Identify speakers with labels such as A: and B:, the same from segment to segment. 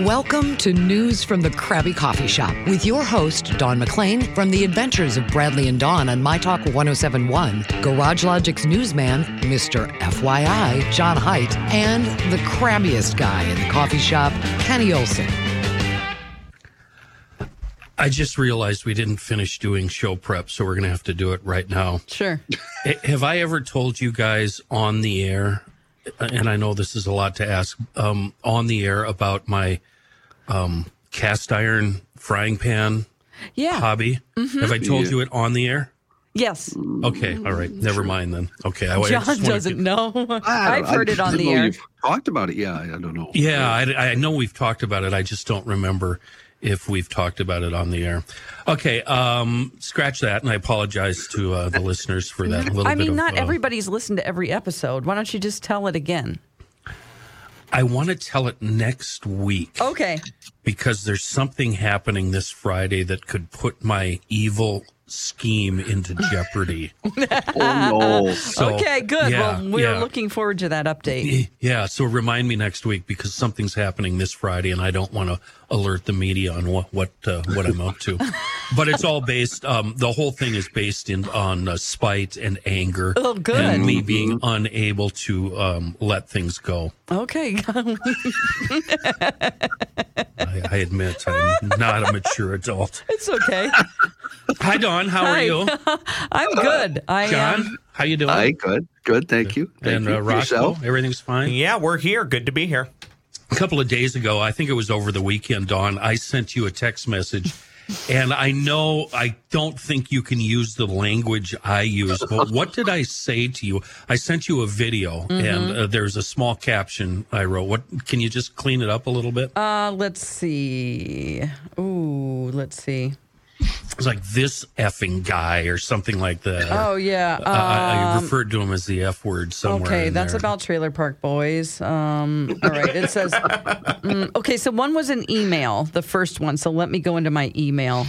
A: Welcome to News from the Krabby Coffee Shop with your host, Don McLean, from the adventures of Bradley and Don on My Talk 1071, Garage Logic's newsman, Mr. FYI, John Height, and the crabbiest guy in the coffee shop, Kenny Olson.
B: I just realized we didn't finish doing show prep, so we're going to have to do it right now.
C: Sure.
B: Eh, Have I ever told you guys on the air, uh, and I know this is a lot to ask, um, on the air about my um, cast iron frying pan
C: Yeah. Mm-hmm.
B: hobby? Have I told
D: Yeah.
B: you it on the air?
C: yes.
B: Okay, all right, never mind then. Okay, I, I just
C: John
B: wanted to-
C: doesn't know.
D: I
C: I've
D: don't-
C: heard
D: I
C: it on
D: didn't
C: the
D: know
C: air.
D: you've Talked about it. Yeah, I I don't know.
B: Yeah, I, I know we've talked about it. I just don't remember if we've talked about it on the air. Okay, um, scratch that, and I apologize to uh, the listeners for that. little
C: I
B: bit
C: mean,
B: of,
C: not
B: uh,
C: everybody's listened to every episode. Why don't you just tell it again?
B: I want to tell it next week
C: Okay.
B: because there's something happening this Friday that could put my evil scheme into jeopardy.
D: Oh no.
B: So,
C: okay, good.
B: yeah,
C: well, we're
B: yeah.
C: looking forward to that update.
B: Yeah, so remind me next week because something's happening this Friday, and I don't want to alert the media on what what uh, what I'm up to. but it's all based. Um, the whole thing is based in on uh, spite and anger.
C: Oh, good.
B: And me being unable to um, let things go.
C: Okay.
B: I, I admit I'm not a mature adult.
C: it's okay.
B: Hi, Don. How are
C: Hi.
B: you,
C: I'm good. I am.
B: John? How you doing?
D: Hi, good, good. Thank you. Thank
B: and
D: you.
B: uh, Rocco,
D: Yourself?
B: everything's fine.
E: Yeah, we're here. Good to be here.
B: a couple of days ago, I think it was over the weekend, Don, I sent you a text message. And I know I don't think you can use the language I use, but what did I say to you? I sent you a video,
C: Mm-hmm.
B: and uh, there's a small caption I wrote. What can you just clean it up a little bit?
C: Uh, let's see. Ooh, let's see.
B: it's like this effing guy or something like that.
C: Oh yeah.
B: I-
C: Uh,
B: I, I referred to him as the F word somewhere.
C: okay,
B: in
C: that's
B: there.
C: about Trailer Park Boys. Um, all right, it says. Mm, okay, so one was an email, the first one. So let me go into my email.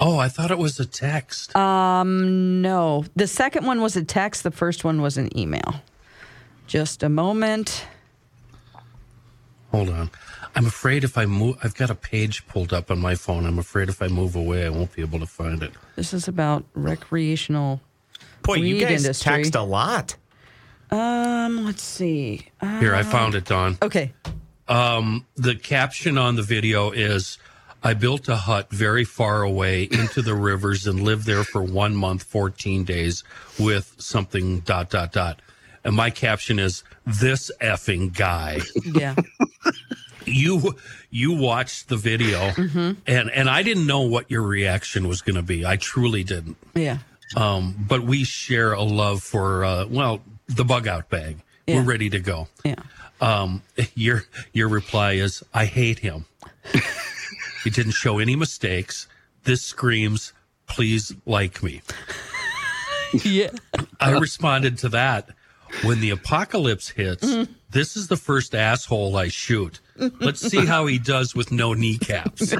B: Oh, I thought it was a text.
C: No, the second one was a text. The first one was an email. Just a moment.
B: Hold on. I'm afraid if I move, I've got a page pulled up on my phone. I'm afraid if I move away, I won't be able to find it.
C: This is about recreational.
E: Boy, you
C: Weed
E: guys
C: industry.
E: text a lot.
C: Um, let's see. Uh,
B: Here, I found it, Don.
C: okay.
B: The caption on the video is I built a hut very far away into the rivers and lived there for one month, 14 days with something dot, dot, dot. And my caption is this effing guy.
C: Yeah.
B: you you watched the video and and I didn't know what your reaction was going to be. I truly didn't.
C: Yeah.
B: Um, but we share a love for uh, well, the bug out bag.
C: Yeah.
B: We're ready to go.
C: Yeah.
B: Um, your your reply is, "I hate him." he didn't show any mistakes. This screams, "Please like me."
C: Yeah.
B: I responded to that. When the apocalypse hits,
C: Mm.
B: this is the first asshole I shoot. Let's see how he does with no kneecaps.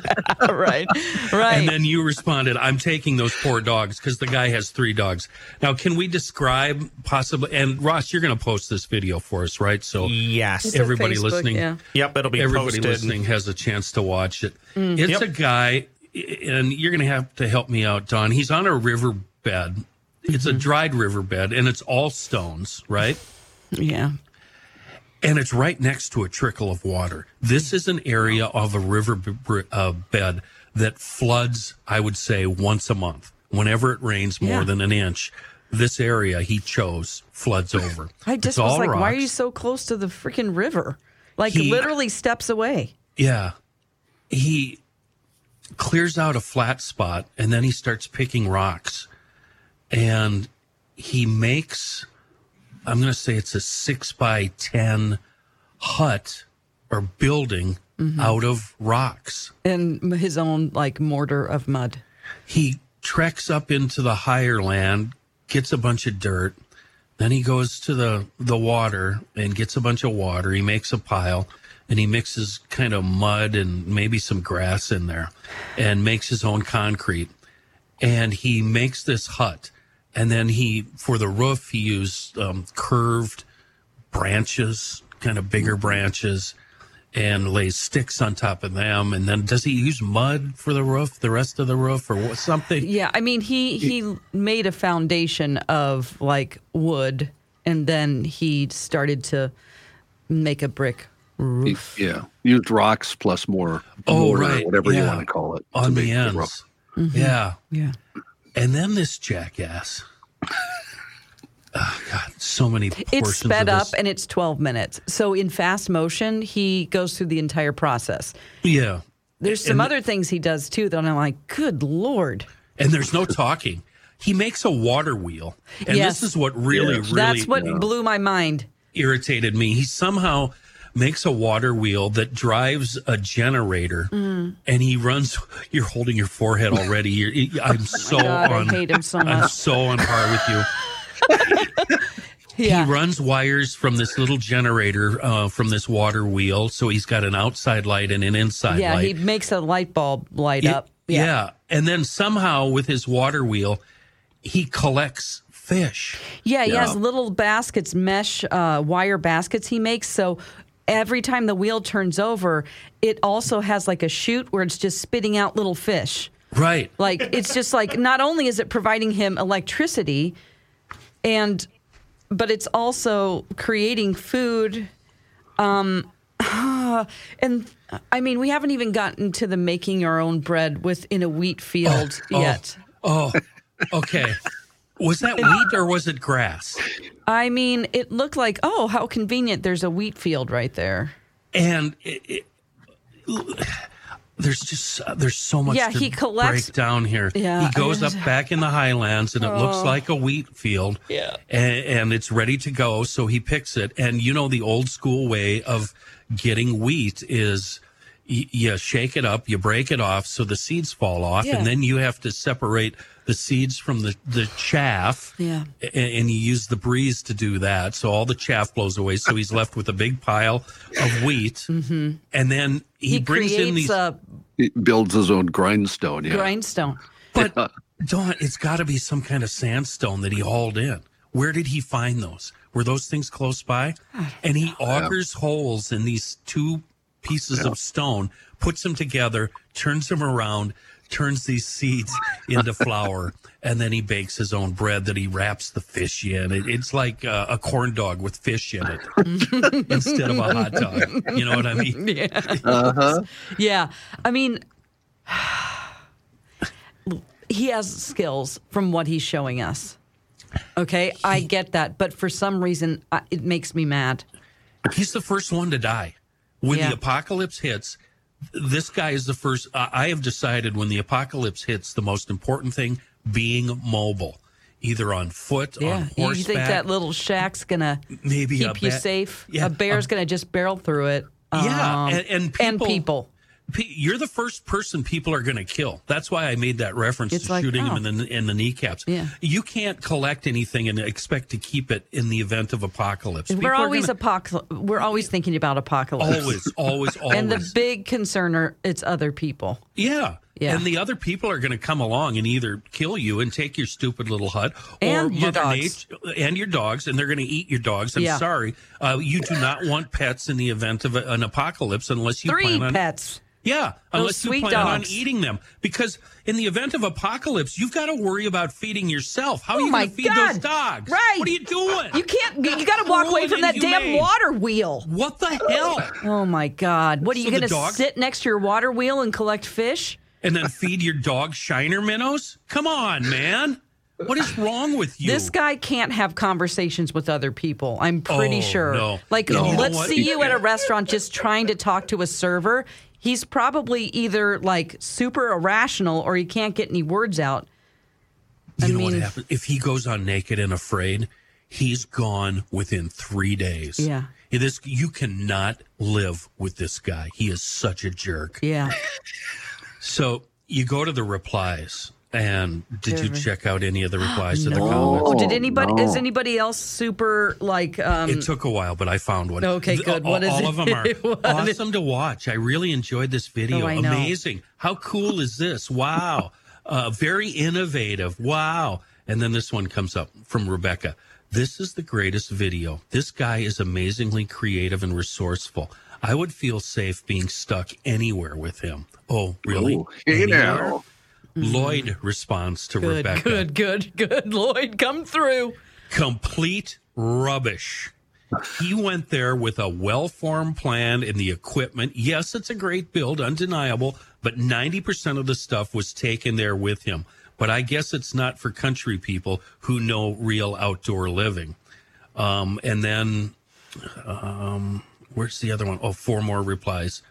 C: right. Right.
B: And then you responded, I'm taking those poor dogs because the guy has three dogs. Now, can we describe possibly? And Ross, you're going to post this video for us, right? So
E: Yes.
C: on
B: everybody
C: Facebook,
B: listening,
C: yeah.
E: Yep, it'll be
B: everybody
E: Mm, posted.
B: listening has a chance to watch it. It's
E: Yep.
B: a guy, and you're going to have to help me out, Don. He's on a riverbed. It's a dried riverbed, and it's all stones, right?
C: yeah.
B: and it's right next to a trickle of water. This is an area of a river b- br- uh, bed that floods, I would say, once a month. Whenever it rains more
C: Yeah.
B: than an inch, this area he chose floods over.
C: I
B: It's
C: just was
B: all
C: like, why are you
B: rocks.
C: so close to the freaking river? Like
B: He-
C: literally steps away.
B: Yeah. He clears out a flat spot and then he starts picking rocks. And he makes, I'm going to say it's a six by 10 hut or building out of rocks.
C: in m- his own like mortar of mud.
B: He treks up into the higher land, gets a bunch of dirt. Then he goes to the, the water and gets a bunch of water. He makes a pile and he mixes kind of mud and maybe some grass in there and makes his own concrete. And he makes this hut. And then he, for the roof, he
D: Mm-hmm.
B: used um, curved branches, kind of bigger branches. and lays sticks on top of them. And then does he use mud for the roof, the rest of the roof, or what, something?
C: Yeah, I mean he he made a foundation of like wood, and then he started to make a brick roof.
D: Yeah. Used rocks plus more.
B: Oh,
D: mortar,
B: right.
D: Whatever you
B: Yeah.
D: want to call it. to
B: On
D: make
B: the
D: roof. Mm-hmm.
B: ends. Yeah.
C: Yeah.
B: And then this jackass. Oh, God, so many portions
C: It's sped
B: of
C: up
B: this.
C: and it's 12 minutes. So in fast motion, he goes through the entire process.
B: Yeah.
C: There's some other things he does too that I'm like, good lord.
B: And there's no talking. He makes a water wheel. And
C: Yes.
B: this is what really, really
C: That's what blew my mind.
B: irritated me. He somehow makes a water wheel that drives a generator
C: Mm.
B: and he runs you're holding your forehead already you're, i'm so
C: Oh God, I
B: on
C: hate him so
B: i'm
C: much.
B: so on par with you
C: Yeah.
B: He runs wires from this little generator uh, from this water wheel. So he's got an outside light and an inside
C: yeah, he
B: light.
C: makes a light bulb light
B: It-
C: up.
B: yeah. And then somehow with his water wheel, he collects fish.
C: Yeah, he has little baskets, mesh uh, wire baskets he makes. So every time the wheel turns over, it also has like a chute where it's just spitting out little fish.
B: Right.
C: Like it's just like not only is it providing him electricity, and but it's also creating food. Um, and I mean, we haven't even gotten to the making our own bread within a wheat field
B: oh.
C: yet.
B: Oh, okay. Was that wheat or was it grass?
C: I mean, it looked like, oh, how convenient. There's a wheat field right there.
B: And it, it, there's just there's so much
C: Yeah,
B: to
C: he collects-
B: break down here.
C: Yeah,
B: he goes
C: I-
B: up back in the highlands, and it looks like a wheat field.
C: Yeah.
B: and, and it's ready to go. So he picks it, and you know the old school way of getting wheat is. y- You shake it up, you break it off so the seeds fall off,
C: Yeah.
B: and then you have to separate the seeds from the, the chaff.
C: Yeah.
B: A- and, you use the breeze to do that. So all the chaff blows away. So he's left with a big pile of wheat. Mm-hmm. And then he,
C: He,
B: brings
C: creates
B: in these.
C: a
D: It builds his own grindstone. Yeah.
C: grindstone.
B: but Don, it's got to be some kind of sandstone that he hauled in. Where did he find those? Were those things close by? And he augers holes in these two pieces of stone, puts them together, turns them around, turns these seeds into flour, and then he bakes his own bread that he wraps the fish in. It, it's like uh, a corn dog with fish in it instead of a hot dog. You know what I mean?
C: Yeah. I mean, he has skills from what he's showing us. Okay. I get that. But for some reason, I, it makes me mad.
B: he's the first one to die when
C: Yeah.
B: the apocalypse hits this guy is the first I i have decided when the apocalypse hits the most important thing being mobile either on foot on
C: Yeah. You,
B: horseback
C: you think that little shack's going to
B: maybe a
C: keep you
B: ba-
C: safe?
B: yeah,
C: a bear's going to just barrel through it.
B: Yeah,
C: Um,
B: and- and people- P- you're the first person people are going to kill. That's why I made that reference
C: It's
B: to
C: like,
B: shooting them
C: oh.
B: in the in the kneecaps.
C: Yeah.
B: You can't collect anything and expect to keep it in the event of apocalypse. People
C: We're
B: are
C: always
B: gonna-
C: apocalypse. We're always thinking about apocalypse.
B: always always always
C: And the big concern are it's other people.
B: Yeah.
C: Yeah.
B: And the other people are going to come along and either kill you and take your stupid little hut or
C: And your
B: Mother
C: dogs.
B: Nature and your dogs, and they're going to eat your dogs. I'm
C: Yeah.
B: sorry. Uh, you do not want pets in the event of a, an apocalypse unless you
C: Three
B: plan on.
C: pets.
B: Yeah, unless you
C: sweet
B: plan on
C: dogs.
B: eating them, because in the event of apocalypse, you've got to worry about feeding yourself. How are you
C: Oh my
B: going to feed
C: God.
B: those dogs?
C: Right.
B: What are you doing?
C: You can't. You got to walk away
B: Cruel and
C: from that damn
B: inhumane.
C: water wheel.
B: What the hell?
C: Oh my God! What are you
B: So the
C: going to
B: dog-
C: sit next to your water wheel and collect fish?
B: and then feed your dog shiner minnows? Come on, man. What is wrong with you?
C: This guy can't have conversations with other people. I'm pretty
B: Oh,
C: sure.
B: no.
C: Like,
B: No. You know
C: let's
B: what?
C: see you at a restaurant just trying to talk to a server. He's probably either like super irrational or he can't get any words out.
B: You
C: I
B: know
C: mean-
B: what happens if he goes on naked and afraid? He's gone within three days.
C: Yeah.
B: this you cannot live with this guy. He is such a jerk.
C: Yeah.
B: So you go to the replies, and did you check out any of the replies to the
D: No.
B: comments?
C: Oh, did
D: Oh,
C: anybody? Is
D: no.
C: anybody else super like? Um,
B: It took a while, but I found one.
C: Okay,
B: Th-
C: good.
B: All,
C: What is
B: all
C: it?
B: of them are
C: What is-
B: awesome to watch. I really enjoyed this video.
C: Oh, I know.
B: Amazing. How cool is this? Wow. Uh, very innovative. Wow. And then this one comes up from Rebecca. This is the greatest video. This guy is amazingly creative and resourceful. I would feel safe being stuck anywhere with him. Oh, really?
D: Ooh, hey
B: Anywhere?
D: now.
B: Lloyd responds to
C: Mm. Good,
B: Rebecca.
C: good, good, good. Lloyd, come through.
B: Complete rubbish. He went there with a well formed plan and the equipment. Yes, it's a great build, undeniable, but 90% of the stuff was taken there with him. But I guess it's not for country people who know real outdoor living. Um, and then, um, where's the other one? Oh, four more replies.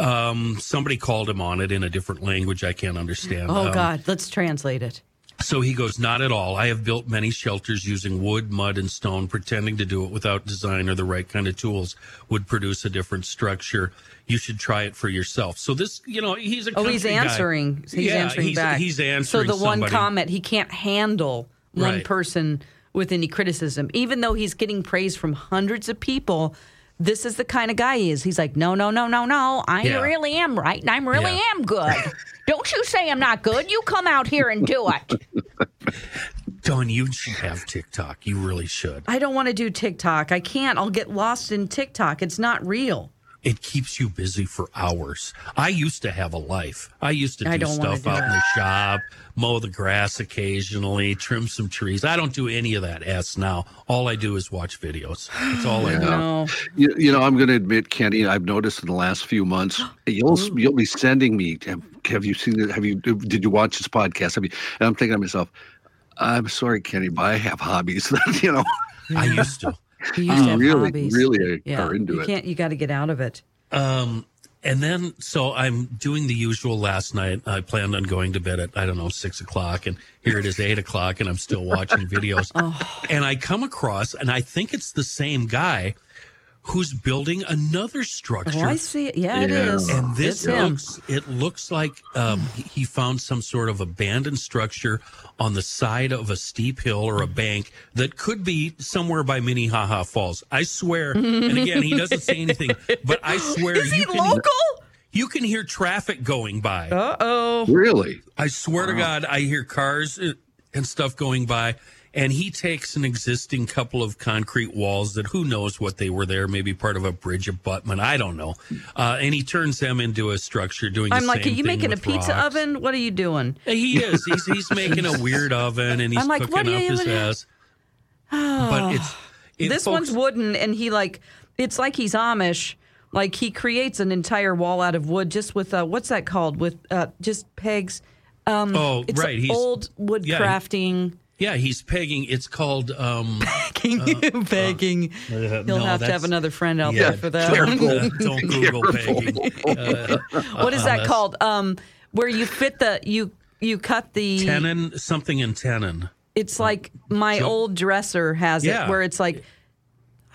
B: Um, somebody called him on it in a different language I can't understand.
C: Oh,
B: Um,
C: God, let's translate it.
B: so he goes, Not at all. I have built many shelters using wood, mud, and stone, pretending to do it without design or the right kind of tools would produce a different structure. You should try it for yourself. So this, you know, he's a
C: Oh, he's
B: country guy.
C: answering. He's
B: yeah,
C: answering
B: he's,
C: back.
B: He's answering.
C: So the one
B: somebody.
C: comment he can't handle one
B: Right.
C: person with any criticism, even though he's getting praise from hundreds of people. This is the kind of guy he is. He's like, no, no, no, no, no. I
B: Yeah.
C: really am right, and I really
B: Yeah.
C: am good. Don't you say I'm not good. You come out here and do it.
B: Don, you should have TikTok. You really should.
C: I don't want to do TikTok. I can't. I'll get lost in TikTok. It's not real.
B: It keeps you busy for hours. I used to have a life. I used to
C: I
B: do
C: don't wanna
B: stuff
C: do
B: out in the shop, mow the grass occasionally, trim some trees. I don't do any of that S now. All I do is watch videos. That's all I do.
C: No.
D: You, you know, I'm going to admit, Kenny, I've noticed in the last few months, you'll you'll be sending me. Have, have you seen it? Have you? Did you watch this podcast? Have you? And I'm thinking to myself, I'm sorry, Kenny, but I have hobbies that you know
B: I used to.
C: You
B: Um,
C: used to have
D: really,
C: hobbies.
D: really
C: yeah.
D: are into
C: you
D: it.
C: can't. You got to get out of it.
B: Um, and then, so I'm doing the usual last night. I planned on going to bed at, I don't know, six o'clock. And here it is, eight o'clock, and I'm still watching videos.
C: Oh.
B: And I come across, and I think it's the same guy who's building another structure.
C: Oh, I see it. Yeah, it
D: Yeah.
C: is.
B: And
C: it's
B: this
C: him.
B: looks it looks like um, he- he found some sort of abandoned structure on the side of a steep hill or a bank that could be somewhere by Minnehaha Falls. I swear. and again, he doesn't say anything, but I swear
C: Is he
B: you can
C: local?
B: you can hear traffic going by.
C: Uh oh.
D: Really,
B: I swear to God, I hear cars uh, and stuff going by. And he takes an existing couple of concrete walls that who knows what they were there, maybe part of a bridge abutment. I don't know. Uh, and he turns them into a structure doing
C: I'm
B: the
C: like, are
B: same
C: you
B: thing
C: making a
B: with
C: pizza
B: rocks.
C: oven? What are you doing?
B: He is. He's, he's making a weird oven and he's
C: I'm like,
B: cooking
C: what
B: up
C: do you-
B: his
C: what do you-
B: ass. But it's. It,
C: this
B: folks,
C: one's wooden, and he like, it's like he's Amish. Like he creates an entire wall out of wood just with uh, what's that called? With uh, just pegs. Um,
B: Oh,
C: it's
B: right, he's-
C: old wood
B: yeah, he-
C: crafting.
B: Yeah, he's pegging. It's called. um
C: Pegging. pegging.
B: uh,
C: He'll
B: no,
C: have to
B: that's-
C: have another friend out
B: Yeah,
C: there for that.
B: Don't,
D: Careful.
B: uh, don't Google
D: Careful.
B: pegging.
C: what is
B: Uh,
C: that called? Um, where you fit the you you cut the
B: Tenon, something in tenon.
C: It's like my old dresser has
B: Yeah.
C: it, where it's like,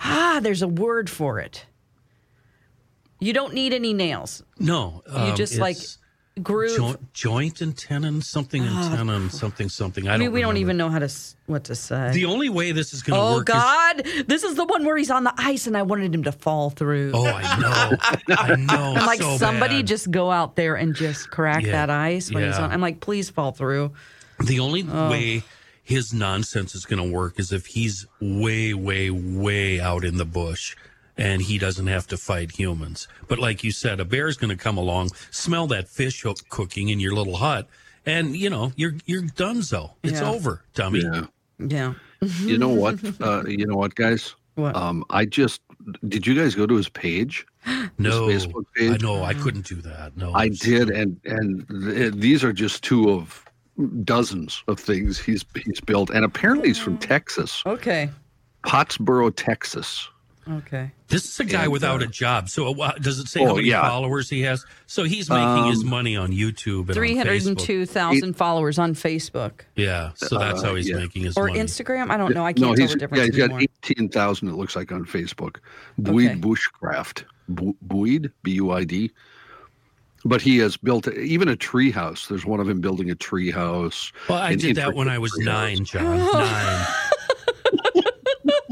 C: ah, there's a word for it. You don't need any nails.
B: No, um,
C: just, like,
B: it's
C: Groove.
B: joint, joint and tenon, something and tenon, something, something. I
C: Ah, I
B: don't.
C: mean, we don't
B: remember.
C: even know how to s- what to say.
B: The only way this is going to
C: oh
B: work. Is,
C: God, this is the one where he's on the ice, and I wanted him to fall through.
B: oh, I know. I know.
C: I'm like,
B: so
C: somebody
B: bad.
C: just go out there and just crack
B: Yeah,
C: that ice when he's
B: yeah.
C: on. I'm like, please fall through.
B: The only
C: oh.
B: way his nonsense is going to work is if he's way, way, way out in the bush and he doesn't have to fight humans. But like you said, a bear's going to come along, smell that fish hook cooking in your little hut, and you know you're you're donezo. It's
C: Yeah.
B: over, dummy.
D: yeah.
C: Yeah.
D: You know what? Uh, you know what, guys?
C: What?
B: Oh.
D: Um, I just did. You guys go to his page?
B: No,
D: Facebook
B: I
D: page?
B: know I couldn't do that. No,
D: I
B: I'm so-
D: did, and and th- these are just two of dozens of things he's he's built, and apparently he's from Texas,
C: Okay.
D: Pottsboro, Texas.
C: Okay.
B: This is a guy
D: And,
B: without
D: uh,
B: a job. So uh, does it say
D: oh,
B: how many
D: yeah. Um,
B: followers he has? So he's making his money on YouTube and on
C: Three hundred and
B: Facebook.
C: two thousand followers on Facebook
B: Yeah, so that's how he's
D: Uh, yeah.
B: making his
C: or
B: money.
C: Instagram. I don't know. Oh, I
D: No,
C: can't tell
D: he's
C: the
D: yeah,
C: difference
D: he's got
C: anymore.
D: eighteen thousand. It looks like on Facebook. Buid
C: Okay.
D: Bushcraft, Bu- Buid B U I D. But he has built even a tree house. There's one of him building a tree house.
B: well, I
D: an
B: did that when I was
D: intricate tree house.
B: nine, John. Nine.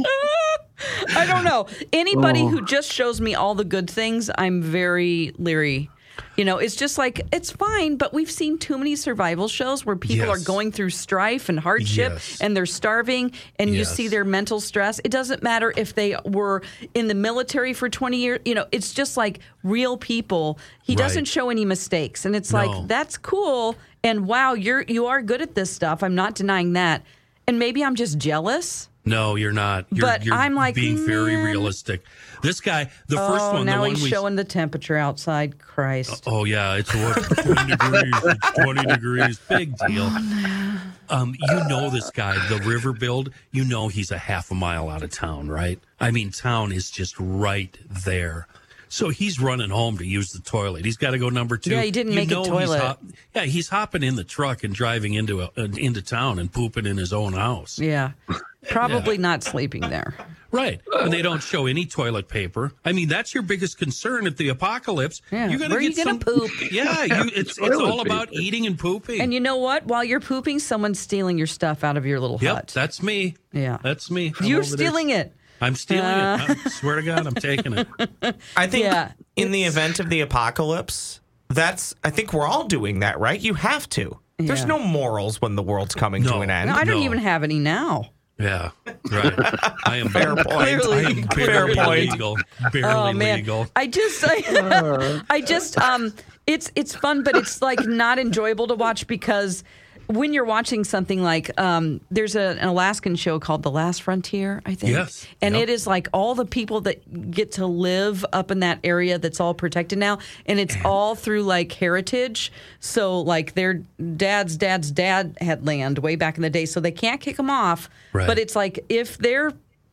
B: Oh.
C: I don't know. Anybody who just shows me all the good things, I'm very leery. You know, it's just like it's fine, but we've seen too many survival shows where people
B: Yes.
C: are going through strife and hardship
B: Yes.
C: and they're starving and you see
B: Yes.
C: their mental stress. It doesn't matter if they were in the military for 20 years, you know, it's just like real people. He
B: Right.
C: doesn't show any mistakes and it's
B: No.
C: like that's cool and wow, you're you are good at this stuff. I'm not denying that. And maybe I'm just jealous.
B: No, you're not. You're,
C: But
B: you're
C: I'm like,
B: being very
C: man.
B: realistic. This guy, the first
C: oh,
B: one, the
C: now
B: one
C: he's
B: we
C: showing the temperature outside. Christ.
B: Oh yeah, it's what twenty degrees. It's twenty degrees. Big deal.
C: Oh,
B: Um, you know this guy, the river build. You know he's a half a mile out of town, right? I mean, town is just right there. So he's running home to use the toilet. He's got to go number two.
C: Yeah, he didn't
B: You
C: make it
B: know he's
C: toilet.
B: hop- yeah, he's hopping in the truck and driving into a, uh, into town and pooping in his own house.
C: Yeah. Probably not sleeping there.
B: Right. And they don't show any toilet paper. I mean, that's your biggest concern at the apocalypse.
C: Yeah.
B: You're gonna
C: Where
B: get
C: you
B: some
C: gonna poop?
B: Yeah, you, it's it's
D: Toilet
B: all about
D: paper.
B: eating and pooping.
C: And you know what? While you're pooping, someone's stealing your stuff out of your little
B: yep,
C: hut.
B: that's me.
C: Yeah.
B: that's me. I'm
C: You're
B: over there.
C: stealing it. Uh.
B: I'm stealing it. I swear to God, I'm taking it.
E: I think
C: Yeah,
E: in the event of the apocalypse, that's I think we're all doing that, right? You have to. There's
C: Yeah.
E: no morals when the world's coming
B: No.
E: to an end.
C: No, I don't
B: No.
C: even have any now.
B: Yeah, right. I am
E: Fair point.
C: Clearly.
E: I am
B: barely
E: Fair point.
B: legal. Barely
C: Oh man,
B: legal.
C: I just, I, I just, um, it's it's fun, but it's like not enjoyable to watch because when you're watching something like, um, there's a, an Alaskan show called The Last Frontier, I think,
B: Yes.
C: and
B: Yep.
C: it is like all the people that get to live up in that area that's all protected now, and it's all through like heritage. So like their dad's dad's dad had land way back in the day, so they can't kick them off.
B: Right.
C: But it's like if their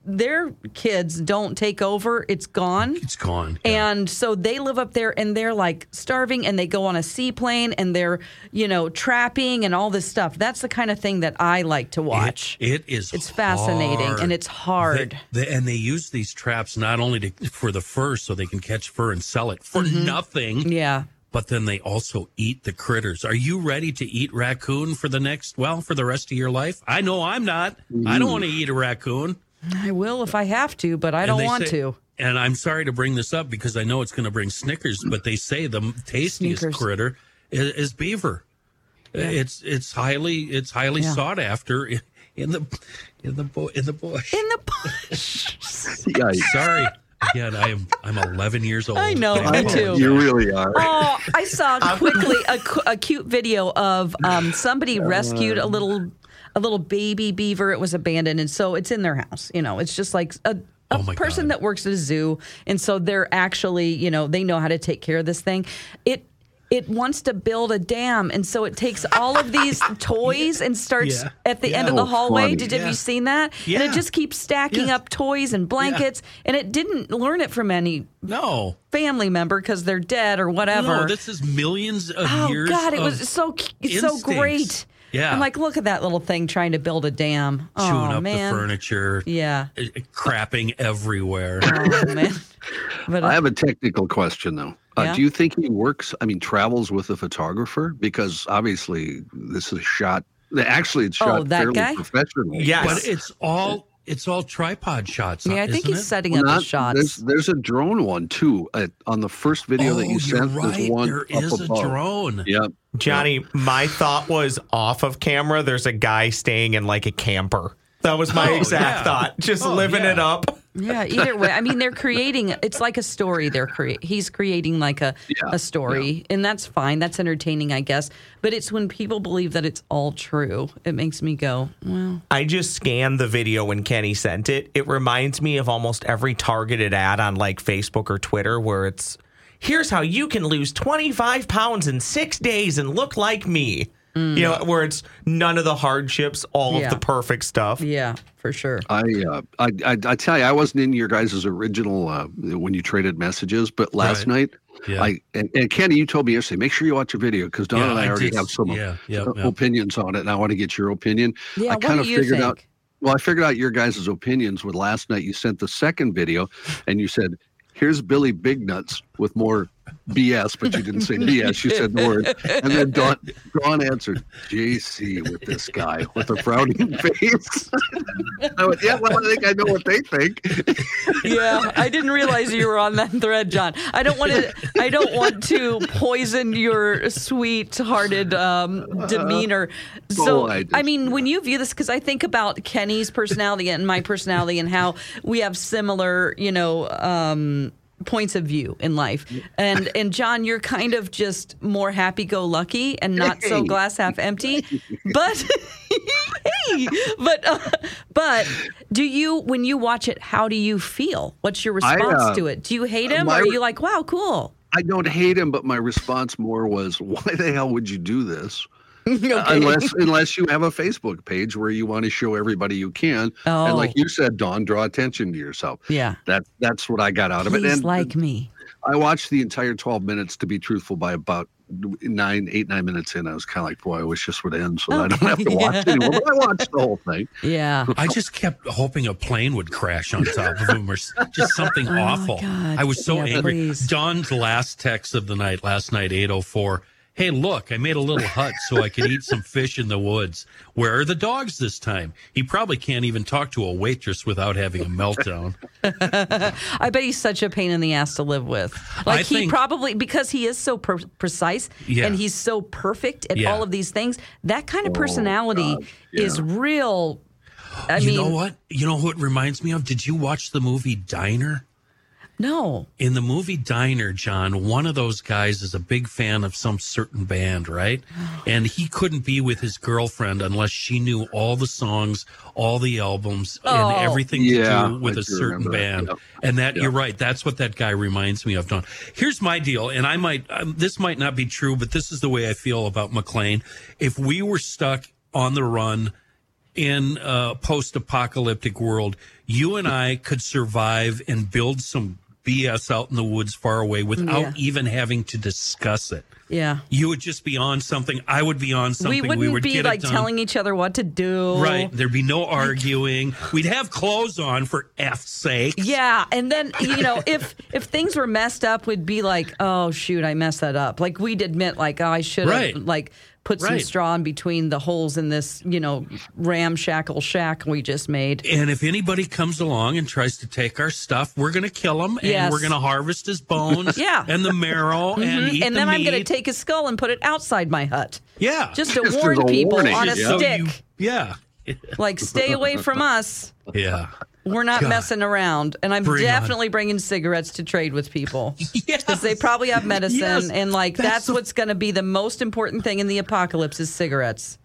C: their kids don't take over, it's gone.
B: It's gone. Yeah.
C: And so they live up there and they're like starving and they go on a seaplane and they're, you know, trapping and all this stuff. That's the kind of thing that I like to watch.
B: It, it is.
C: It's fascinating and
B: hard.
C: it's hard.
B: They, they- and they use these traps not only to, for the fur, so they can catch fur and sell it for
C: Mm-hmm.
B: nothing,
C: yeah.
B: but then they also eat the critters. Are you ready to eat raccoon for the next? Well, for the rest of your life? I know I'm not. I don't want to eat a raccoon.
C: I will if I have to, but I
B: And
C: don't
B: they
C: want
B: say-
C: to.
B: And I'm sorry to bring this up because I know it's going to bring Snickers, but they say the tastiest
C: Snickers.
B: critter is, is beaver. It's it's highly it's highly
C: Yeah.
B: sought after in, in the in the bo- in the bush.
C: In the bush.
D: Yeah,
B: Sorry. Again, I am I'm 11 years old.
C: I know,
B: And
C: me
B: I'm-
C: too.
D: you really are.
C: Oh, I saw quickly a, cu- a cute video of um, somebody rescued a little a little baby beaver. It was abandoned, and so it's in their house. You know, it's just like a, a
B: Oh my
C: person
B: God.
C: that works at a zoo, and so they're actually you know they know how to take care of this thing. It. It wants to build a dam, and so it takes all of these toys and starts
B: Yeah.
C: at the end
B: Yeah.
C: of the
D: Oh,
C: hallway.
D: funny.
C: Did have
B: Yeah.
C: you seen that? And
B: Yeah.
C: it just keeps stacking
B: Yes.
C: up toys and blankets, and it didn't learn it from any
B: No.
C: family member because they're dead or whatever.
B: No, this is millions of
C: Oh
B: years.
C: God, it
B: of
C: was so cu- it's so
B: instincts.
C: great.
B: Yeah.
C: I'm like, look at that little thing trying to build a dam.
B: chewing
C: oh
B: up
C: man,
B: the furniture,
C: yeah.
B: uh, crapping everywhere.
C: Oh man, but uh,
D: I have a technical question though. Uh,
C: Yeah?
D: Do you think he works? I mean, travels with a photographer because obviously this is shot. Actually, it's
C: Oh,
D: shot
C: that
D: fairly
C: guy?
D: professionally.
E: Yes.
B: But it's all it's all tripod shots.
C: yeah, I think
B: isn't
C: he's
B: it?
C: setting
D: Well,
C: up the
D: not- There's,
C: shots.
D: there's a drone one too. Uh, on the first video that you
B: Oh, you're
D: sent, there's one
B: There
D: up
B: is
D: above.
B: a drone.
D: Yep.
E: Johnny, my thought was off of camera, there's a guy staying in like a camper. That was my
B: Oh,
E: exact
B: yeah.
E: thought. Just
B: Oh,
E: living
B: yeah.
E: it up.
C: Yeah, either way, I mean, they're creating. It's like a story. They're create. He's creating like a
D: Yeah,
C: a story, and that's fine. That's entertaining, I guess. But it's when people believe that it's all true, it makes me go, "Mm, well,
E: I just scanned the video when Kenny sent it. It reminds me of almost every targeted ad on like Facebook or Twitter where it's here's how you can lose 25 pounds in six days and look like me. You know, where it's none of the hardships, all
C: Mm. Yeah.
E: of the perfect stuff.
C: yeah, for sure.
D: I, uh, I I I tell you, I wasn't in your guys' original uh, when you traded messages, but last
B: Right.
D: night.
B: Yeah.
D: I and, and Kenny, you told me yesterday. Make sure you watch a video because Don
B: Yeah,
D: and I,
B: I
D: already
B: did
D: have
B: s-
D: some
B: yeah, yeah,
D: uh,
B: yeah.
D: opinions on it, and I want to get your opinion.
C: Yeah,
D: I
C: what
D: kind
C: do
D: of
C: you
D: figured out.
C: think?
D: Well, I figured out your guys' opinions with last night. You sent the second video, and you said, "Here's Billy Big Nuts with more BS, but you didn't say BS. You said the word. And then Don, Don answered, JC with this guy with a frowning face. I went, yeah, well, I think I know what they think.
C: Yeah, I didn't realize you were on that thread, John. I don't want to. I don't want to poison your sweet-hearted um, demeanor. So
D: Oh, I
C: I,
D: just-
C: mean, when you view this, because I think about Kenny's personality and my personality and how we have similar, you know. Um, points of view in life and and john you're kind of just more happy-go-lucky and not so
D: Hey.
C: glass half empty but hey, but uh, but do you when you watch it how do you feel what's your
D: I, uh,
C: response to it do you hate him
D: my-
C: or are you like wow cool
D: I don't hate him, but my response more was, why the hell would you do this? Unless unless you have a Facebook page where you want to show everybody you can. And
C: Oh.
D: like you said, Don, draw attention to yourself.
C: yeah
D: That that's what I got out of it.
C: please
D: And
C: like me
D: I watched the entire 12 minutes, to be truthful, by about nine, eight, nine minutes in. I was kind of like, boy, I wish this would end so that I don't have to watch it anymore. But I watched the whole thing.
C: yeah
B: I just kept hoping a plane would crash on top of him or s- just something awful.
C: Oh God.
B: I was so
C: Yeah,
B: angry.
C: please.
B: Don's last text of the night, last night, 804. Hey, look, I made a little hut so I could eat some fish in the woods. Where are the dogs this time? He probably can't even talk to a waitress without having a meltdown.
C: i bet he's such a pain in the ass to live with like
B: I
C: he
B: think-
C: probably because he is so per- precise
B: Yeah.
C: and he's so perfect at
B: Yeah.
C: all of these things that kind of personality
D: Oh, God,
C: is
D: yeah.
C: real i
B: you
C: mean
B: know what? You know who it reminds me of? Did you watch the movie Diner?
C: no
B: in the movie Diner, John, one of those guys is a big fan of some certain band, right? And he couldn't be with his girlfriend unless she knew all the songs, all the albums,
C: Oh.
B: and everything
D: Yeah,
B: to do with
D: I
B: a
D: do
B: certain
D: remember that.
B: band.
D: Yeah.
B: And that you're right. That's what that guy reminds me of, Don. Here's my deal, and I might um, this might not be true, but this is the way I feel about McLean. If we were stuck on the run in a post-apocalyptic world, you and I could survive and build some BS out in the woods far away without
C: Yeah.
B: even having to discuss it.
C: yeah
B: You would just be on something. I would be on something.
C: we wouldn't
B: would
C: be
B: get
C: like
B: it done.
C: telling each other what to do
B: Right. There'd be no arguing. We'd have clothes on for F's sake.
C: Yeah, and then you know, if if things were messed up, we'd be like, "Oh shoot, I messed that up." Like we'd admit, like, "Oh, I should have
B: Right.
C: like put some
B: Right.
C: straw in between the holes in this, you know, ramshackle shack we just made."
B: And if anybody comes along and tries to take our stuff, we're going to kill him
C: Yes.
B: and we're going to harvest his bones
C: Yeah.
B: and the marrow and eat
C: Mm-hmm. And
B: the
C: then I'm going to
B: meat.
C: take his skull and put it outside my hut,
B: Yeah.
C: just to
D: Just
C: warn
D: as a
C: people
D: warning,
C: on a
D: yeah. So
C: stick,
B: yeah.
C: like, "Stay away from us.
B: Yeah.
C: We're not
B: God.
C: messing around." And I'm
B: Bring on.
C: definitely bringing cigarettes to trade with people.
B: Yes.
C: because they probably have medicine
B: Yes,
C: and like
B: that's
C: that's,
B: the-
C: what's going to be the most important thing in the apocalypse is cigarettes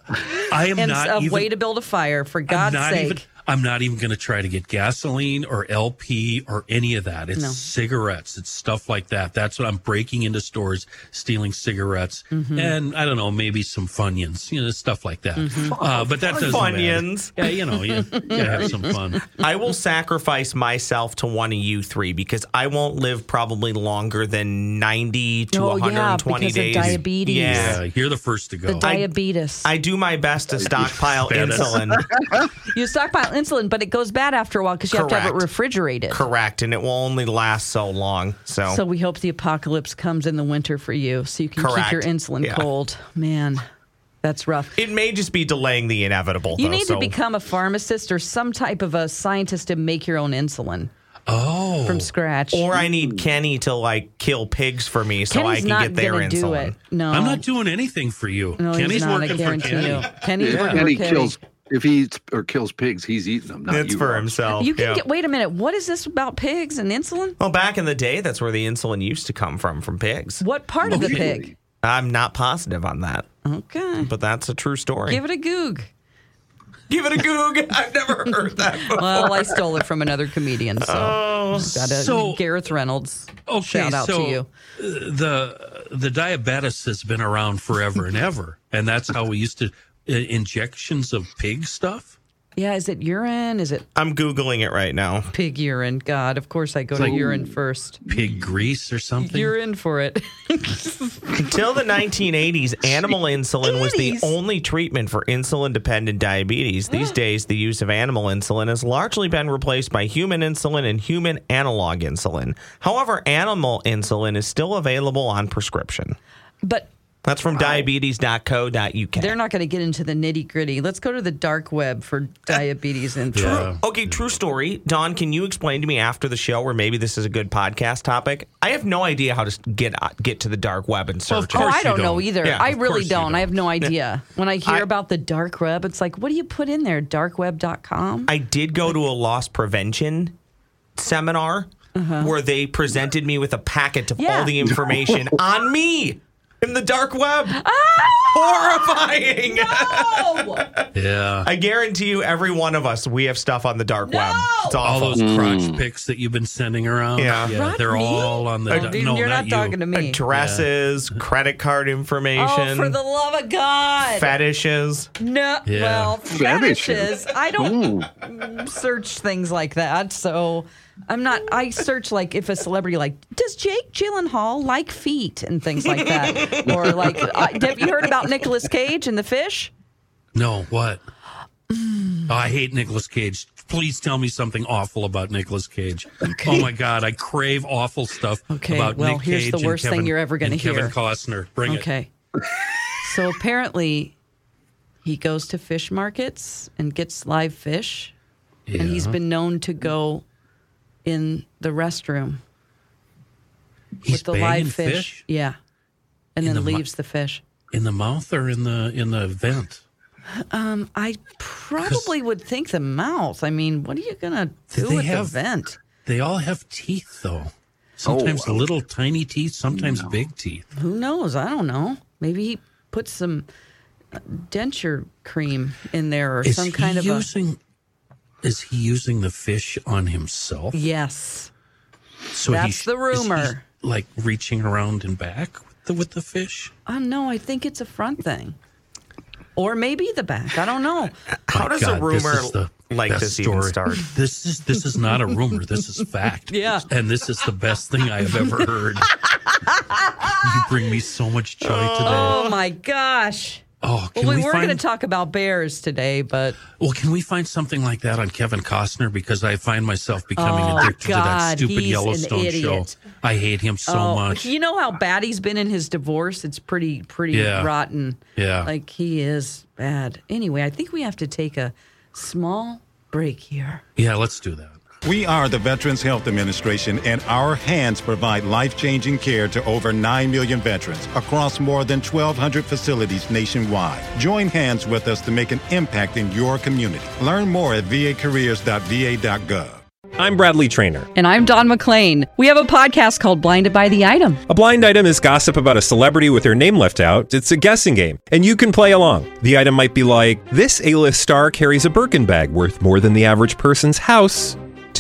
B: I am
C: and
B: not
C: a
B: even,
C: way to build a fire for
B: I'm
C: god's
B: not
C: sake
B: even I'm not even going to try to get gasoline or LP or any of that. It's
C: No.
B: cigarettes. It's stuff like that. That's what I'm breaking into stores, stealing cigarettes,
C: Mm-hmm.
B: and I don't know, maybe some funyuns, you know, stuff like that.
C: Mm-hmm.
B: Uh, but that doesn't matter.
E: Funyuns.
B: Yeah, you know, you, you gotta have some fun.
E: I will sacrifice myself to one of you three because I won't live probably longer than 90 to
C: Oh, yeah,
E: 120
C: because of
E: days.
C: diabetes.
E: Yeah.
B: Yeah, you're the first to go.
C: diabetes
E: I do my best to stockpile
B: Status.
E: insulin,
C: you stockpile insulin but it goes bad after a while because you have to have it
E: Correct.
C: refrigerated
E: correct, and it will only last so long. So,
C: so we hope the apocalypse comes in the winter for you so you can keep
E: Correct.
C: your insulin
E: Yeah.
C: cold man that's rough
E: it may just be delaying the inevitable.
C: you
E: though,
C: need
E: so-
C: to become a pharmacist or some type of a scientist to make your own insulin
B: oh,
C: from scratch
E: or I need Kenny to like kill pigs for me so
C: Kenny's
E: I can
C: not
E: get their
C: gonna
E: insulin.
C: do it. No,
B: I'm not doing anything for you.
C: No,
B: Kenny's
C: he's not. I
B: working for
C: guarantee
B: Kenny.
C: you. Kenny's
D: Yeah.
C: working
D: And he
C: for Kenny.
D: kills, if he eats or kills pigs, he's eating them. Not
E: It's
D: you,
E: for
D: Rob.
E: himself.
C: You can
E: Oh, yeah.
C: get. Wait a minute. What is this about pigs and insulin?
E: Well, back in the day, that's where the insulin used to come from, from pigs.
C: What part of the pig?
E: I'm not positive on that,
C: Okay.
E: but that's a true story.
C: Give it a goog.
E: Give it a goog. I've never heard that before.
C: Well, I stole it from another comedian, so got a
B: So-
C: Gareth Reynolds.
B: Okay,
C: shout out
B: so uh,
C: to you.
B: the the diabetes has been around forever and ever, and that's how we used to uh, injections of pig stuff.
C: Yeah, is it urine? Is it
E: I'm Googling it right now.
C: pig urine? God, of course I go to urine first.
B: Pig grease or something.
C: You're in for it.
E: Until the 1980s, animal insulin was the
C: 80s.
E: only treatment for insulin dependent diabetes. These days, the use of animal insulin has largely been replaced by human insulin and human analog insulin. However, animal insulin is still available on prescription.
C: but
E: That's from diabetes.co.uk.
C: they're not going to get into the nitty gritty. Let's go to the dark web for diabetes and
B: Uh, Yeah.
E: Okay, true story. Don, can you explain to me after the show, or maybe this is a good podcast topic? I have no idea how to get uh, get to the dark web and
B: Well, of
E: search. it.
C: Oh,
B: course
C: I
B: you
C: don't know
B: don't.
C: either.
E: Yeah,
C: I
B: of
C: really
B: course you
C: don't.
B: don't.
C: I have no idea. When I hear
E: I-
C: about the dark web, it's like, what do you put in there? Darkweb.com?
E: I did go to a loss prevention seminar where they presented me with a packet of
C: Uh-huh. Yeah.
E: all the information on me in the dark web.
C: Ah!
E: Horrifying.
C: oh!
B: yeah.
E: I guarantee you, every one of us, we have stuff on the dark web. It's
B: all
E: awful.
B: those crotch pics that you've been sending around.
E: Yeah.
B: they're
C: Not me?
B: all on the.
C: Dude,
B: no,
C: you're not,
B: not,
C: talking
B: you.
C: to me.
E: Addresses, credit card information,
C: Oh, for the love of God.
E: fetishes.
C: no,
B: Yeah.
C: well,
D: Fetishes.
C: fetishes. I don't search things like that. So I'm not, I search like if a celebrity, like, does Jake Gyllenhaal like feet and things like that? or like, I, have you heard about Nicolas Cage and the fish?
B: No, what?
C: Mm.
B: Oh, I hate Nicolas Cage. Please tell me something awful about Nicolas Cage. Oh my God, I crave awful stuff
C: Okay,
B: about
C: well,
B: Nick
C: here's
B: Cage
C: the
B: and
C: worst thing
B: Kevin-
C: you're ever gonna
B: and
C: hear.
B: Kevin Costner, bring it.
C: Okay. so apparently, he goes to fish markets and gets live fish, and he's
B: Yeah.
C: been known to go in the restroom
B: He's
C: with the
B: banging
C: live fish. Yeah, and
B: In
C: then
B: the mu-
C: leaves the fish.
B: in the mouth or in the in the vent.
C: I probably would think the mouth. I mean, what are you gonna do
B: they
C: with
B: have-
C: the vent?
B: They all have teeth though. Sometimes
E: Oh,
B: little tiny teeth, sometimes big teeth.
C: Who knows? I don't know. Maybe he put some uh, denture cream in there or
B: Is
C: some
B: he
C: kind of a
B: using? Is he using the fish on himself?
C: yes.
B: So
C: That's
B: he's-
C: the
B: is he,
C: rumor.
B: like reaching around and back with the, with the fish.
C: Oh no, I think it's a front thing. Or maybe the back. I don't know.
E: How does a
B: God, this
E: rumor
B: is the
E: like
B: best
E: this even
B: story.
E: start?
B: This is this is not a rumor. This is fact.
C: Yeah.
B: and this is the best thing I have ever heard. you bring me so much joy today.
C: Oh my gosh.
B: Oh, can
C: Well, we,
B: we,
C: were
B: find?
C: going to talk about bears today, but
B: well, can we find something like that on Kevin Costner? Because I find myself becoming
C: Oh,
B: addicted to that
C: God,
B: stupid
C: he's an
B: Yellowstone show.
C: idiot.
B: I hate him so
C: oh,
B: much.
C: you know how bad he's been in his divorce. It's pretty, pretty
B: Yeah.
C: rotten.
B: Yeah.
C: like he is bad. Anyway, I think we have to take a small break here.
B: yeah, let's do that.
F: We are the Veterans Health Administration, and our hands provide life changing care to over 9 million veterans across more than 1,200 facilities nationwide. Join hands with us to make an impact in your community. Learn more at vacareers.va.gov.
G: I'm Bradley Trainer.
C: And I'm Don McClain. We have a podcast called Blinded by the Item.
G: A blind item is gossip about a celebrity with their name left out. It's a guessing game, and you can play along. The item might be like this A-list star carries a Birkin bag worth more than the average person's house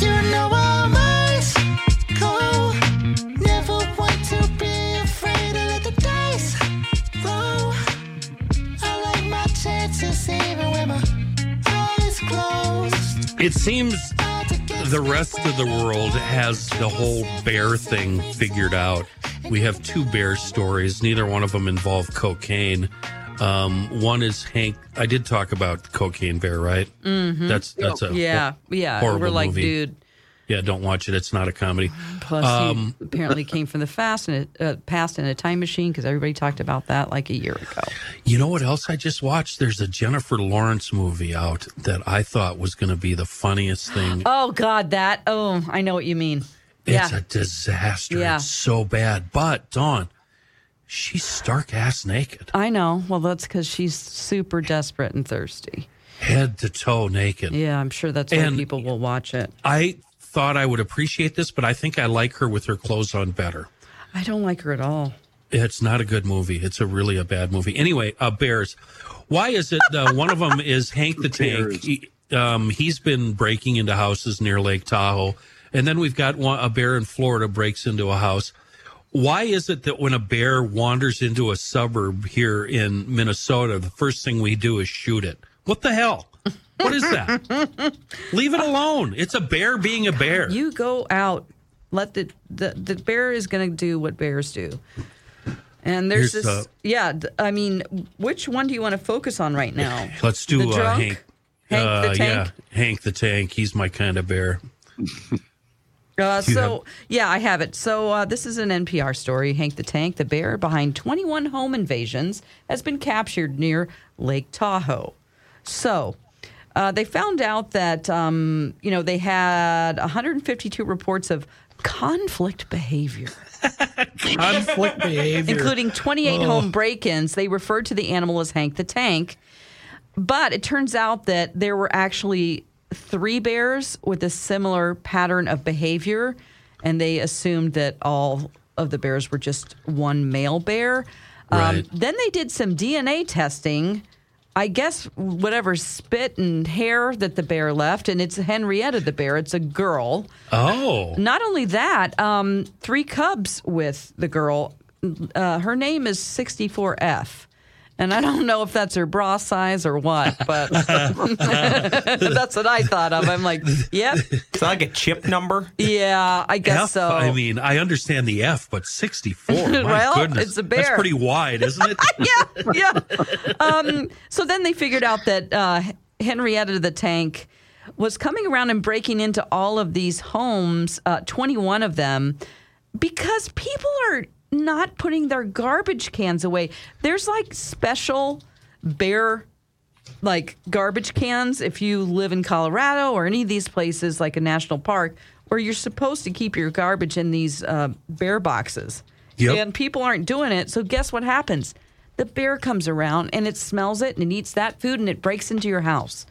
H: You know I must go. Never want to be afraid to let the dice roll. I like my chances even when my eyes closed.
B: It seems
H: Hard to get
B: The rest of the world has the whole bear thing figured out. We have two bear stories. Neither one of them involve cocaine. Um, one is Hank. I did talk about Cocaine Bear, right? Mm-hmm. That's that's a
C: Yeah, yeah.
B: horrible
C: We're like,
B: movie.
C: dude.
B: yeah. Don't watch it. It's not a comedy.
C: Plus,
B: Um,
C: you apparently came from the fast and uh, past in a time machine because everybody talked about that like a year ago.
B: You know what else I just watched? There's a Jennifer Lawrence movie out that I thought was going to be the funniest thing.
C: Oh God, that. Oh, I know what you mean.
B: It's
C: yeah.
B: a disaster.
C: Yeah.
B: It's so bad. But Dawn, she's stark ass naked.
C: I know. Well, that's because she's super desperate and thirsty.
B: head to toe naked.
C: Yeah, I'm sure that's why
B: And-
C: people will watch it.
B: I thought I would appreciate this, but I think I like her with her clothes on better.
C: I don't like her at all.
B: It's not a good movie. It's a really a bad movie. Anyway, uh, Bears. Why is it uh, one of them is Hank the Tank? He, um, he's been breaking into houses near Lake Tahoe, and then we've got one, a bear in Florida breaks into a house. Why is it that when a bear wanders into a suburb here in Minnesota, the first thing we do is shoot it? What the hell? What is that? Leave it alone. It's a bear being a bear.
C: You go out. Let the the, the bear is going to do what bears do. And there's
B: Here's
C: this.
B: the-
C: yeah, th- I mean, which one do you want to focus on right now?
B: Let's do
C: the
B: uh,
C: drunk?
B: Hank.
C: Hank the Tank?
B: Uh, Yeah, Hank the Tank. He's my kind of bear.
C: Uh,
B: you
C: so, yeah, I have it. So, uh, this is an NPR story. Hank the Tank, the bear behind 21 home invasions, has been captured near Lake Tahoe. So, uh, they found out that, um, you know, they had 152 reports of conflict behavior,
B: Conflict behavior. Oh.
C: including 28 home break ins. They referred to the animal as Hank the Tank. But it turns out that there were actually three bears with a similar pattern of behavior, and they assumed that all of the bears were just one male bear. Um,
B: Right.
C: then they did some DNA testing. I guess whatever spit and hair that the bear left, and it's Henrietta the bear. It's a girl.
B: Oh,
C: Not only that, um, three cubs with the girl. Uh, her name is 64F. And I don't know if that's her bra size or what, but that's what I thought of. I'm like, yep,
E: It's not like a chip number.
C: yeah, I guess
B: F.
C: so.
B: I mean, I understand the F, but 64. My
C: Well,
B: goodness.
C: it's a
B: That's
C: bear.
B: pretty wide, isn't it?
C: yeah, yeah. Um, so then they figured out that uh, Henrietta the Tank was coming around and breaking into all of these homes, uh, 21 of them, because people are not putting their garbage cans away. There's like special bear like garbage cans if you live in Colorado or any of these places like a national park where you're supposed to keep your garbage in these uh, bear boxes.
B: Yep.
C: And people aren't doing it. So guess what happens? The bear comes around and it smells it and it eats that food and it breaks into your house.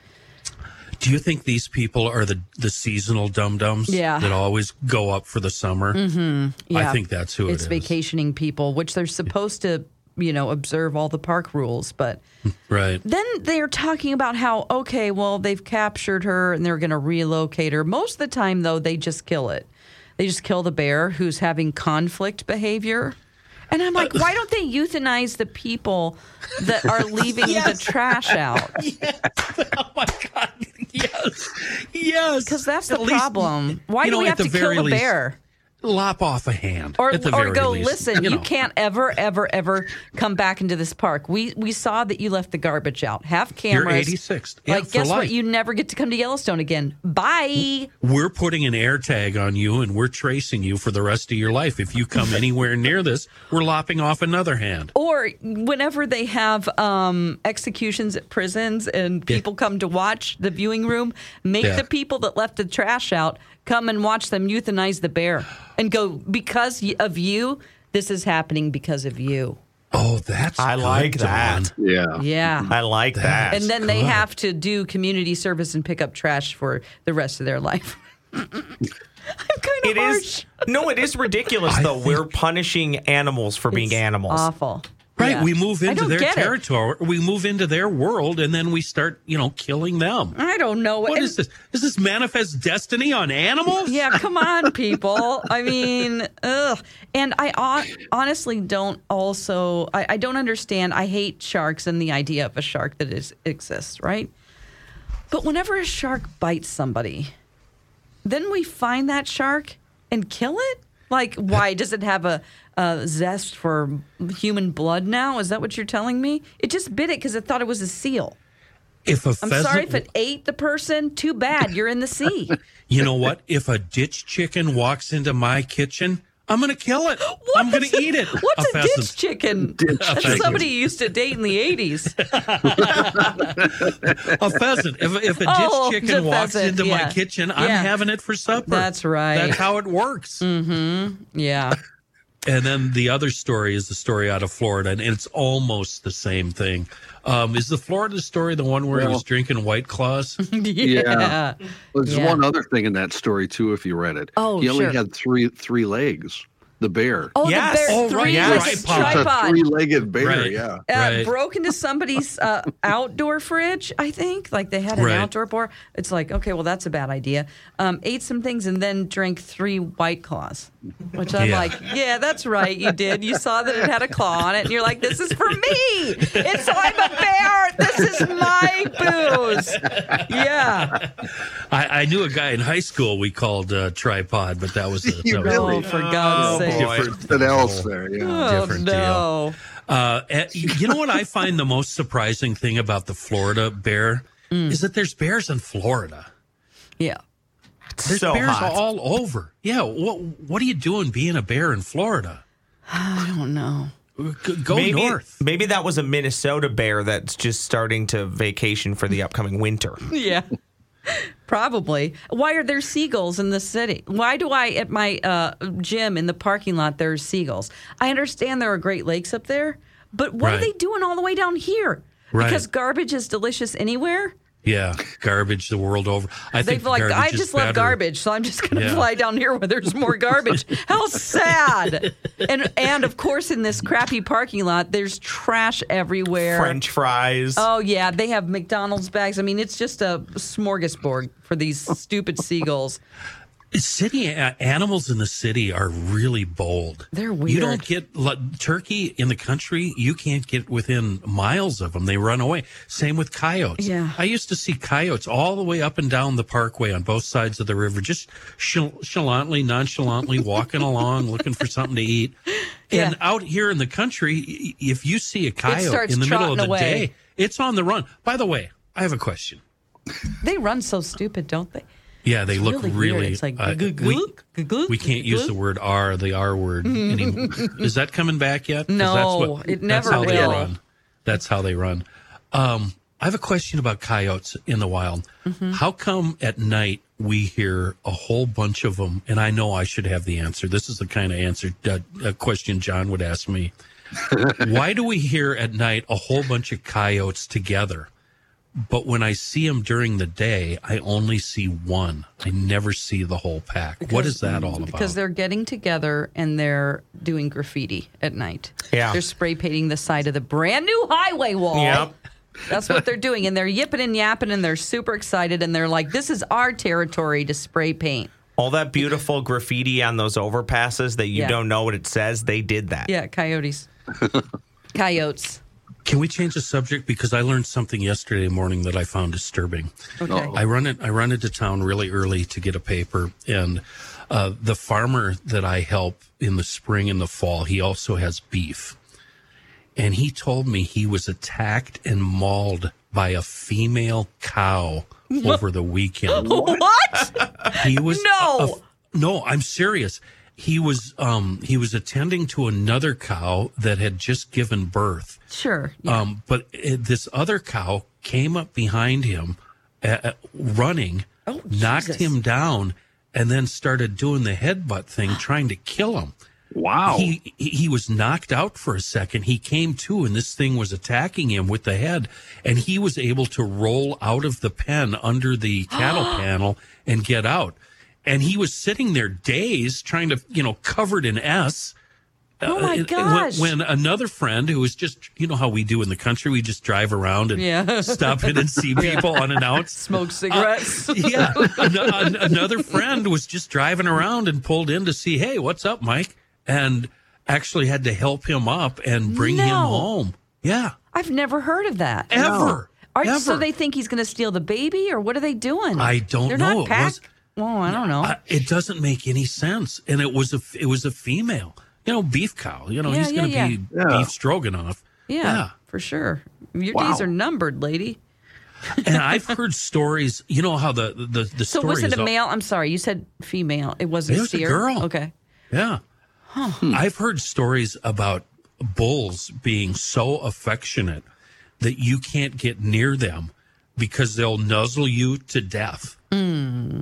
B: Do you think these people are the, the seasonal dum dums
C: Yeah. Mm-hmm.
B: that always go up for the summer? I think that's who it
C: it's
B: is.
C: vacationing people, which they're supposed to, you know, observe all the park rules, but
B: Mm-hmm. Right.
C: then they're talking about how okay well they've captured her and they're going to relocate her most of the time though they just kill it they just kill the bear who's having conflict behavior and i'm like why don't they euthanize the people that are leaving the trash out
B: Oh my God. Yes. Yes.
C: because that's the
B: At least
C: problem why
B: you
C: do
B: know,
C: we
B: at
C: have
B: the
C: to kill
B: very
C: the
B: least-
C: bear
B: lop off a hand.
C: or,
B: at the
C: or
B: very
C: go
B: least,
C: listen you,
B: know.
C: can't ever ever ever come back into this park we we saw that you left the garbage out have
B: You're
C: cameras
B: 86th. Yeah,
C: like
B: for
C: guess what
B: life.
C: you never get to come to yellowstone again bye
B: we're putting an air tag on you and we're tracing you for the rest of your life. If you come anywhere near this, we're lopping off another hand.
C: or whenever they have um, executions at prisons and people come to watch the viewing room, make
B: Yeah.
C: the people that left the trash out come and watch them euthanize the bear and go, because y- of you, this is happening because of you.
B: Oh, that's
E: I
B: good,
E: like
B: Dawn.
E: that.
D: Yeah.
C: Yeah.
E: I like that.
C: and then they have to do community service and pick up trash for the rest of their life. I'm kind of
E: it
C: harsh.
E: is no, it is ridiculous though. We're punishing animals for being
C: It's
E: animals.
C: Awful.
B: Right,
C: Yeah.
B: we move
C: I
B: into
C: don't
B: their
C: get it.
B: territory. We move into their world, and then we start, you know, killing them.
C: I don't know
B: What
C: Uh, and-
B: is this? Is this manifest destiny on animals?
C: Yeah, come on, people. I mean, ugh. And I hon- honestly don't also, I, I don't understand. I hate sharks and the idea of a shark that is, exists, right? But whenever a shark bites somebody, then we find that shark and kill it? Like, why? Does it have a, a zest for human blood now? Is that what you're telling me? It just bit it because it thought it was a seal.
B: If a
C: I'm
B: pheasant,
C: sorry if it ate the person. Too bad. You're in the sea.
B: you know what? If a ditch chicken walks into my kitchen, I'm going to kill it. I'm going to eat it.
C: What's a,
B: pheasant.
C: ditch chicken? That's
B: chicken.
C: somebody you used to date in the 80s.
B: A pheasant. If, if a ditch
C: Oh,
B: chicken
C: the
B: walks
C: pheasant,
B: into my
C: yeah.
B: kitchen, I'm
C: Yeah.
B: having it for supper.
C: That's right.
B: That's how it works.
C: Yeah.
B: And then the other story is the story out of Florida, and it's almost the same thing. Um, is the Florida story the one where he
D: Well-
B: was drinking White Claws?
C: yeah.
D: Well, There's
C: Yeah.
D: one other thing in that story too, if you read it.
C: Oh,
D: he only
C: sure.
D: had three three legs. The bear.
C: Oh,
E: Yes.
C: the bear,
E: Oh,
C: three
E: right,
C: with
B: yes. Tripod.
D: It's a
C: tripod.
D: three-legged bear.
B: Right.
D: Yeah.
C: uh,
B: Right.
C: broke into somebody's uh, outdoor fridge. I think like they had an
B: Right.
C: outdoor bar. It's like okay, well that's a bad idea. Um, ate some things and then drank three white claws, which I'm
B: Yeah.
C: like, yeah, that's right, you did. You saw that it had a claw on it, and you're like, this is for me. It's I'm a bear. This is my booze. Yeah.
B: I, I knew a guy in high school we called uh, Tripod, but that was, a,
D: You
B: that was
D: really?
C: Oh, for God's
E: Oh,
C: sake.
E: boy.
D: Something else there. Yeah.
C: Oh
B: Different deal.
C: no.
B: Uh, and you you know what I find the most surprising thing about the Florida bear is that there's bears in Florida.
C: Yeah.
B: There's
E: so
B: bears
E: hot.
B: all over. Yeah. What What are you doing being a bear in Florida?
C: I don't know.
B: G- Go
E: maybe,
B: north.
E: maybe that was a Minnesota bear that's just starting to vacation for the upcoming winter.
C: yeah. Probably. Why are there seagulls in the city? Why do I at my uh, gym in the parking lot there's seagulls? I understand there are Great Lakes up there, but what are
B: Right.
C: they doing all the way down here?
B: Right.
C: Because garbage is delicious anywhere.
B: Yeah, garbage the world over. I think
C: They've like
B: garbage
C: I
B: is
C: just love
B: better.
C: garbage, so I'm just going to
B: Yeah.
C: fly down here where there's more garbage. How sad! And and of course in this crappy parking lot there's trash everywhere.
E: French fries.
C: Oh yeah, they have McDonald's bags. I mean, it's just a smorgasbord for these stupid seagulls.
B: City a- animals in the city are really bold.
C: They're
B: You
C: weird.
B: don't get like, turkey in the country. You can't get within miles of them. They run away. Same with coyotes.
C: Yeah.
B: I used to see coyotes all the way up and down the parkway on both sides of the river, just chal- nonchalantly, nonchalantly walking along, looking for something to eat. And
C: Yeah.
B: out here in the country, y- if you see a coyote
C: starts
B: in the middle of the
C: trotting away.
B: day, it's on the run. By the way, I have a question.
C: They run so stupid, don't they?
B: Yeah, they look
C: weird.
B: really.
C: It's like
B: uh,
C: glug,
B: we-
C: glug, glug, glug,
B: We can't use the
C: glug.
B: word R, the R word anymore. Is that coming back yet? 'Cause
C: No, it never
B: that's how They
C: will.
B: run. That's how they run. Um, I have a question about coyotes in the wild.
C: Mm-hmm.
B: How come at night we hear a whole bunch of them? And I know I should have the answer. This is the kind of answer uh, a question John would ask me. Why do we hear at night a whole bunch of coyotes together? But when I see them during the day, I only see one. I never see the whole pack. what is that all about?
C: Because they're getting together and they're doing graffiti at night.
E: Yeah.
C: they're spray painting the side of the brand new highway wall.
E: Yep.
C: That's what they're doing, and they're yipping and yapping, and they're super excited, and they're like, "This is our territory to spray paint."
E: All that beautiful graffiti on those overpasses that you
C: Yeah.
E: don't know what it says, they did that.
C: Yeah, coyotes, coyotes.
B: Can we change the subject? Because I learned something yesterday morning that I found disturbing.
C: Okay.
B: I run it. I run into town really early to get a paper, and uh, the farmer that I help in the spring and the fall, he also has beef, and he told me he was attacked and mauled by a female cow over the weekend.
C: What?
B: He was
C: No.
B: a- no, I'm serious. He was um he was attending to another cow that had just given birth.
C: sure. Yeah.
B: Um, but uh, this other cow came up behind him, uh, uh, running, knocked
C: Oh, Jesus.
B: him down, and then started doing the headbutt thing, trying to kill him.
D: Wow.
B: He he- he was knocked out for a second. He came to, and this thing was attacking him with the head, and he was able to roll out of the pen under the cattle panel and get out. And he was sitting there dazed, trying to you know covered in s.
C: Oh
B: Uh,
C: my
B: it- it- when-
C: gosh.
B: When, another friend who was just you know how we do in the country, we just drive around and
C: Yeah.
B: stop in and see people unannounced.
C: Smoke cigarettes.
B: Yeah, An- an- another friend was just driving around and pulled in to see, hey, what's up, Mike? And actually had to help him up and bring him
C: No.
B: home. Yeah,
C: I've never heard of that.
B: ever,
C: Are,
B: ever.
C: So they think he's going to steal the baby, or what are they doing?
B: I don't
C: They're
B: know. It
C: Not
B: was-
C: packed. well, I don't know.
B: Uh, it doesn't make any sense. And it was a f- it was a female, you know, beef cow. You know,
C: Yeah,
B: he's
C: yeah,
B: going to
C: yeah.
B: be
D: Yeah.
B: beef stroganoff.
C: yeah, for sure. Your days are numbered, lady.
B: and I've heard stories. You know how the the the
C: So
B: story
C: was it
B: is
C: a
B: all-
C: male? I'm sorry, you said female. It wasn't
B: It was a
C: steer?
B: girl.
C: Okay.
B: Yeah, I've heard stories about bulls being so affectionate that you can't get near them because they'll nuzzle you to death.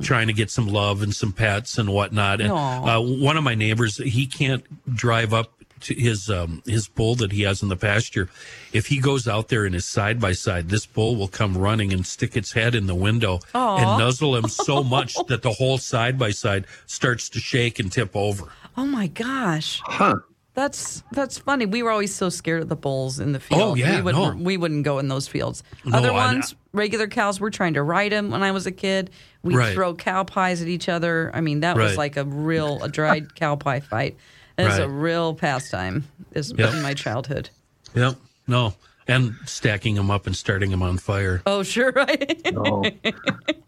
B: trying to get some love and some pets and whatnot. And uh, one of my neighbors, he can't drive up to his um, his bull that he has in the pasture. If he goes out there and is side by side, this bull will come running and stick its head in the window and nuzzle him so much that the whole side by side starts to shake and tip over.
C: Oh my gosh.
D: Huh.
C: That's that's funny. We were always so scared of the bulls in the field.
B: Oh, yeah,
C: we wouldn't
B: no.
C: we wouldn't go in those fields.
B: No,
C: Other
B: I-
C: ones, regular cows. We're trying to ride them. When I was a kid, we would
B: Right.
C: throw cow pies at each other. I mean, that was
B: Right.
C: like a real a dried cow pie fight. It's a
B: Right.
C: real pastime. Is
B: Yep.
C: in my childhood.
B: Yep. No. And stacking them up and starting them on fire.
C: Oh sure, right.
D: Oh.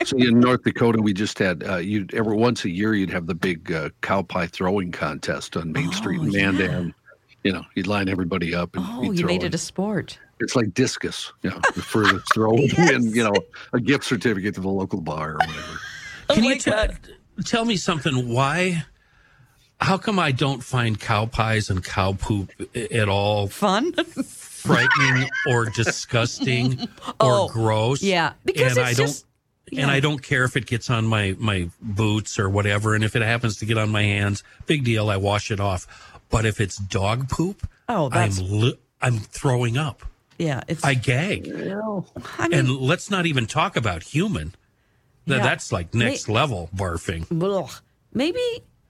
D: so in North Dakota, we just had uh, you every once a year you'd have the big uh, cow pie throwing contest on Main Street in Mandan. You know, you'd line everybody up and
C: Oh,
D: you'd
C: you
D: throw
C: made
D: in.
C: it a sport.
D: it's like discus, you know, the furthest throw and you know a gift certificate to the local bar or whatever.
C: Oh
B: Can you tell tell me something? Why? How come I don't find cow pies and cow poop i- at all
C: Fun.
B: frightening or disgusting
C: Oh,
B: or gross?
C: yeah, because
B: and
C: it's
B: I
C: just-
B: don't. And I don't care if it gets on my my boots or whatever, and if it happens to get on my hands, big deal. I wash it off. But if it's dog poop,
C: Oh, that's-
B: I'm li- I'm throwing up.
C: Yeah, it's.
B: I gag.
C: I mean,
B: and let's not even talk about human. Th-
C: Yeah.
B: That's like next
C: May-
B: level barfing.
C: Ugh. Maybe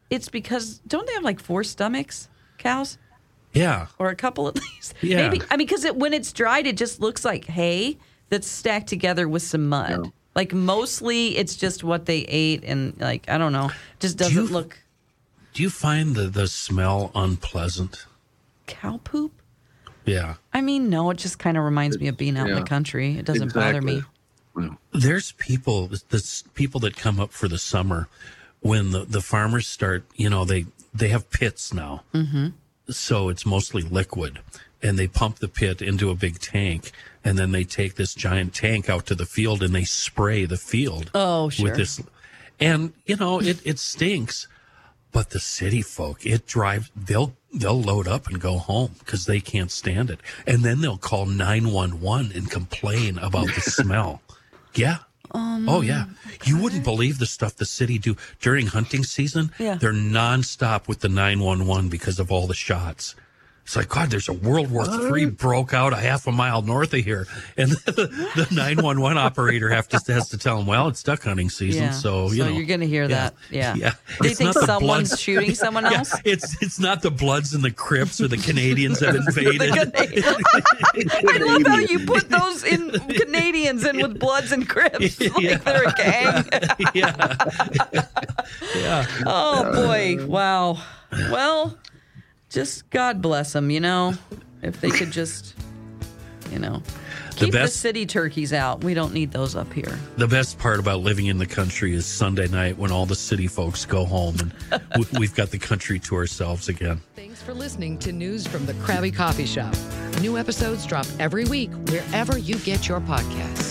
C: it's because don't they have like four stomachs, cows,
B: Yeah.
C: or a couple at least?
B: Yeah.
C: Maybe I mean because it, when it's dried, it just looks like hay that's stacked together with some mud. Like mostly, it's just what they ate, and like I don't know, just doesn't
B: you-
C: look
B: Do you find the, the smell unpleasant?
C: cow poop.
B: Yeah.
C: I mean, no, it just kind of reminds me of being out in
D: Yeah.
C: the country. It doesn't bother me.
D: Yeah.
B: There's people this people that come up for the summer when the, the farmers start, you know, they they have pits now. Mm-hmm. So it's mostly liquid and they pump the pit into a big tank and then they take this giant tank out to the field and they spray the field.
C: Oh, sure.
B: with this and you know it it stinks but the city folk it drives they'll they'll load up and go home because they can't stand it and then they'll call 911 and complain about the smell yeah
C: Um,
B: oh yeah you wouldn't believe the stuff the city do during hunting season
C: Yeah.
B: they're nonstop with the 911 because of all the shots it's like god there's a world war III broke out a half a mile north of here and the 911 operator have to, has to tell them well it's duck hunting season
C: Yeah.
B: so you
C: so
B: know
C: you're gonna hear that. Yeah.
B: yeah.
C: They
B: It's
C: think
B: not the
C: someone's
B: Bloods-
C: shooting someone
B: Yeah,
C: else.
B: it's it's not the Bloods and the Crips or the Canadians have invaded.
C: I love how you put those in Canadians in with Bloods and Crips. Like they're a gang.
B: yeah, Uh,
C: Oh, boy. Wow. Well, just God bless them, you know? If they could just, you know, keep the,
B: best-
C: city turkeys out. We don't need those up here.
B: the best part about living in the country is Sunday night when all the city folks go home and we, we've got the country to ourselves again.
A: Thanks for listening to News from the Krabby Coffee Shop. New episodes drop every week wherever you get your podcasts.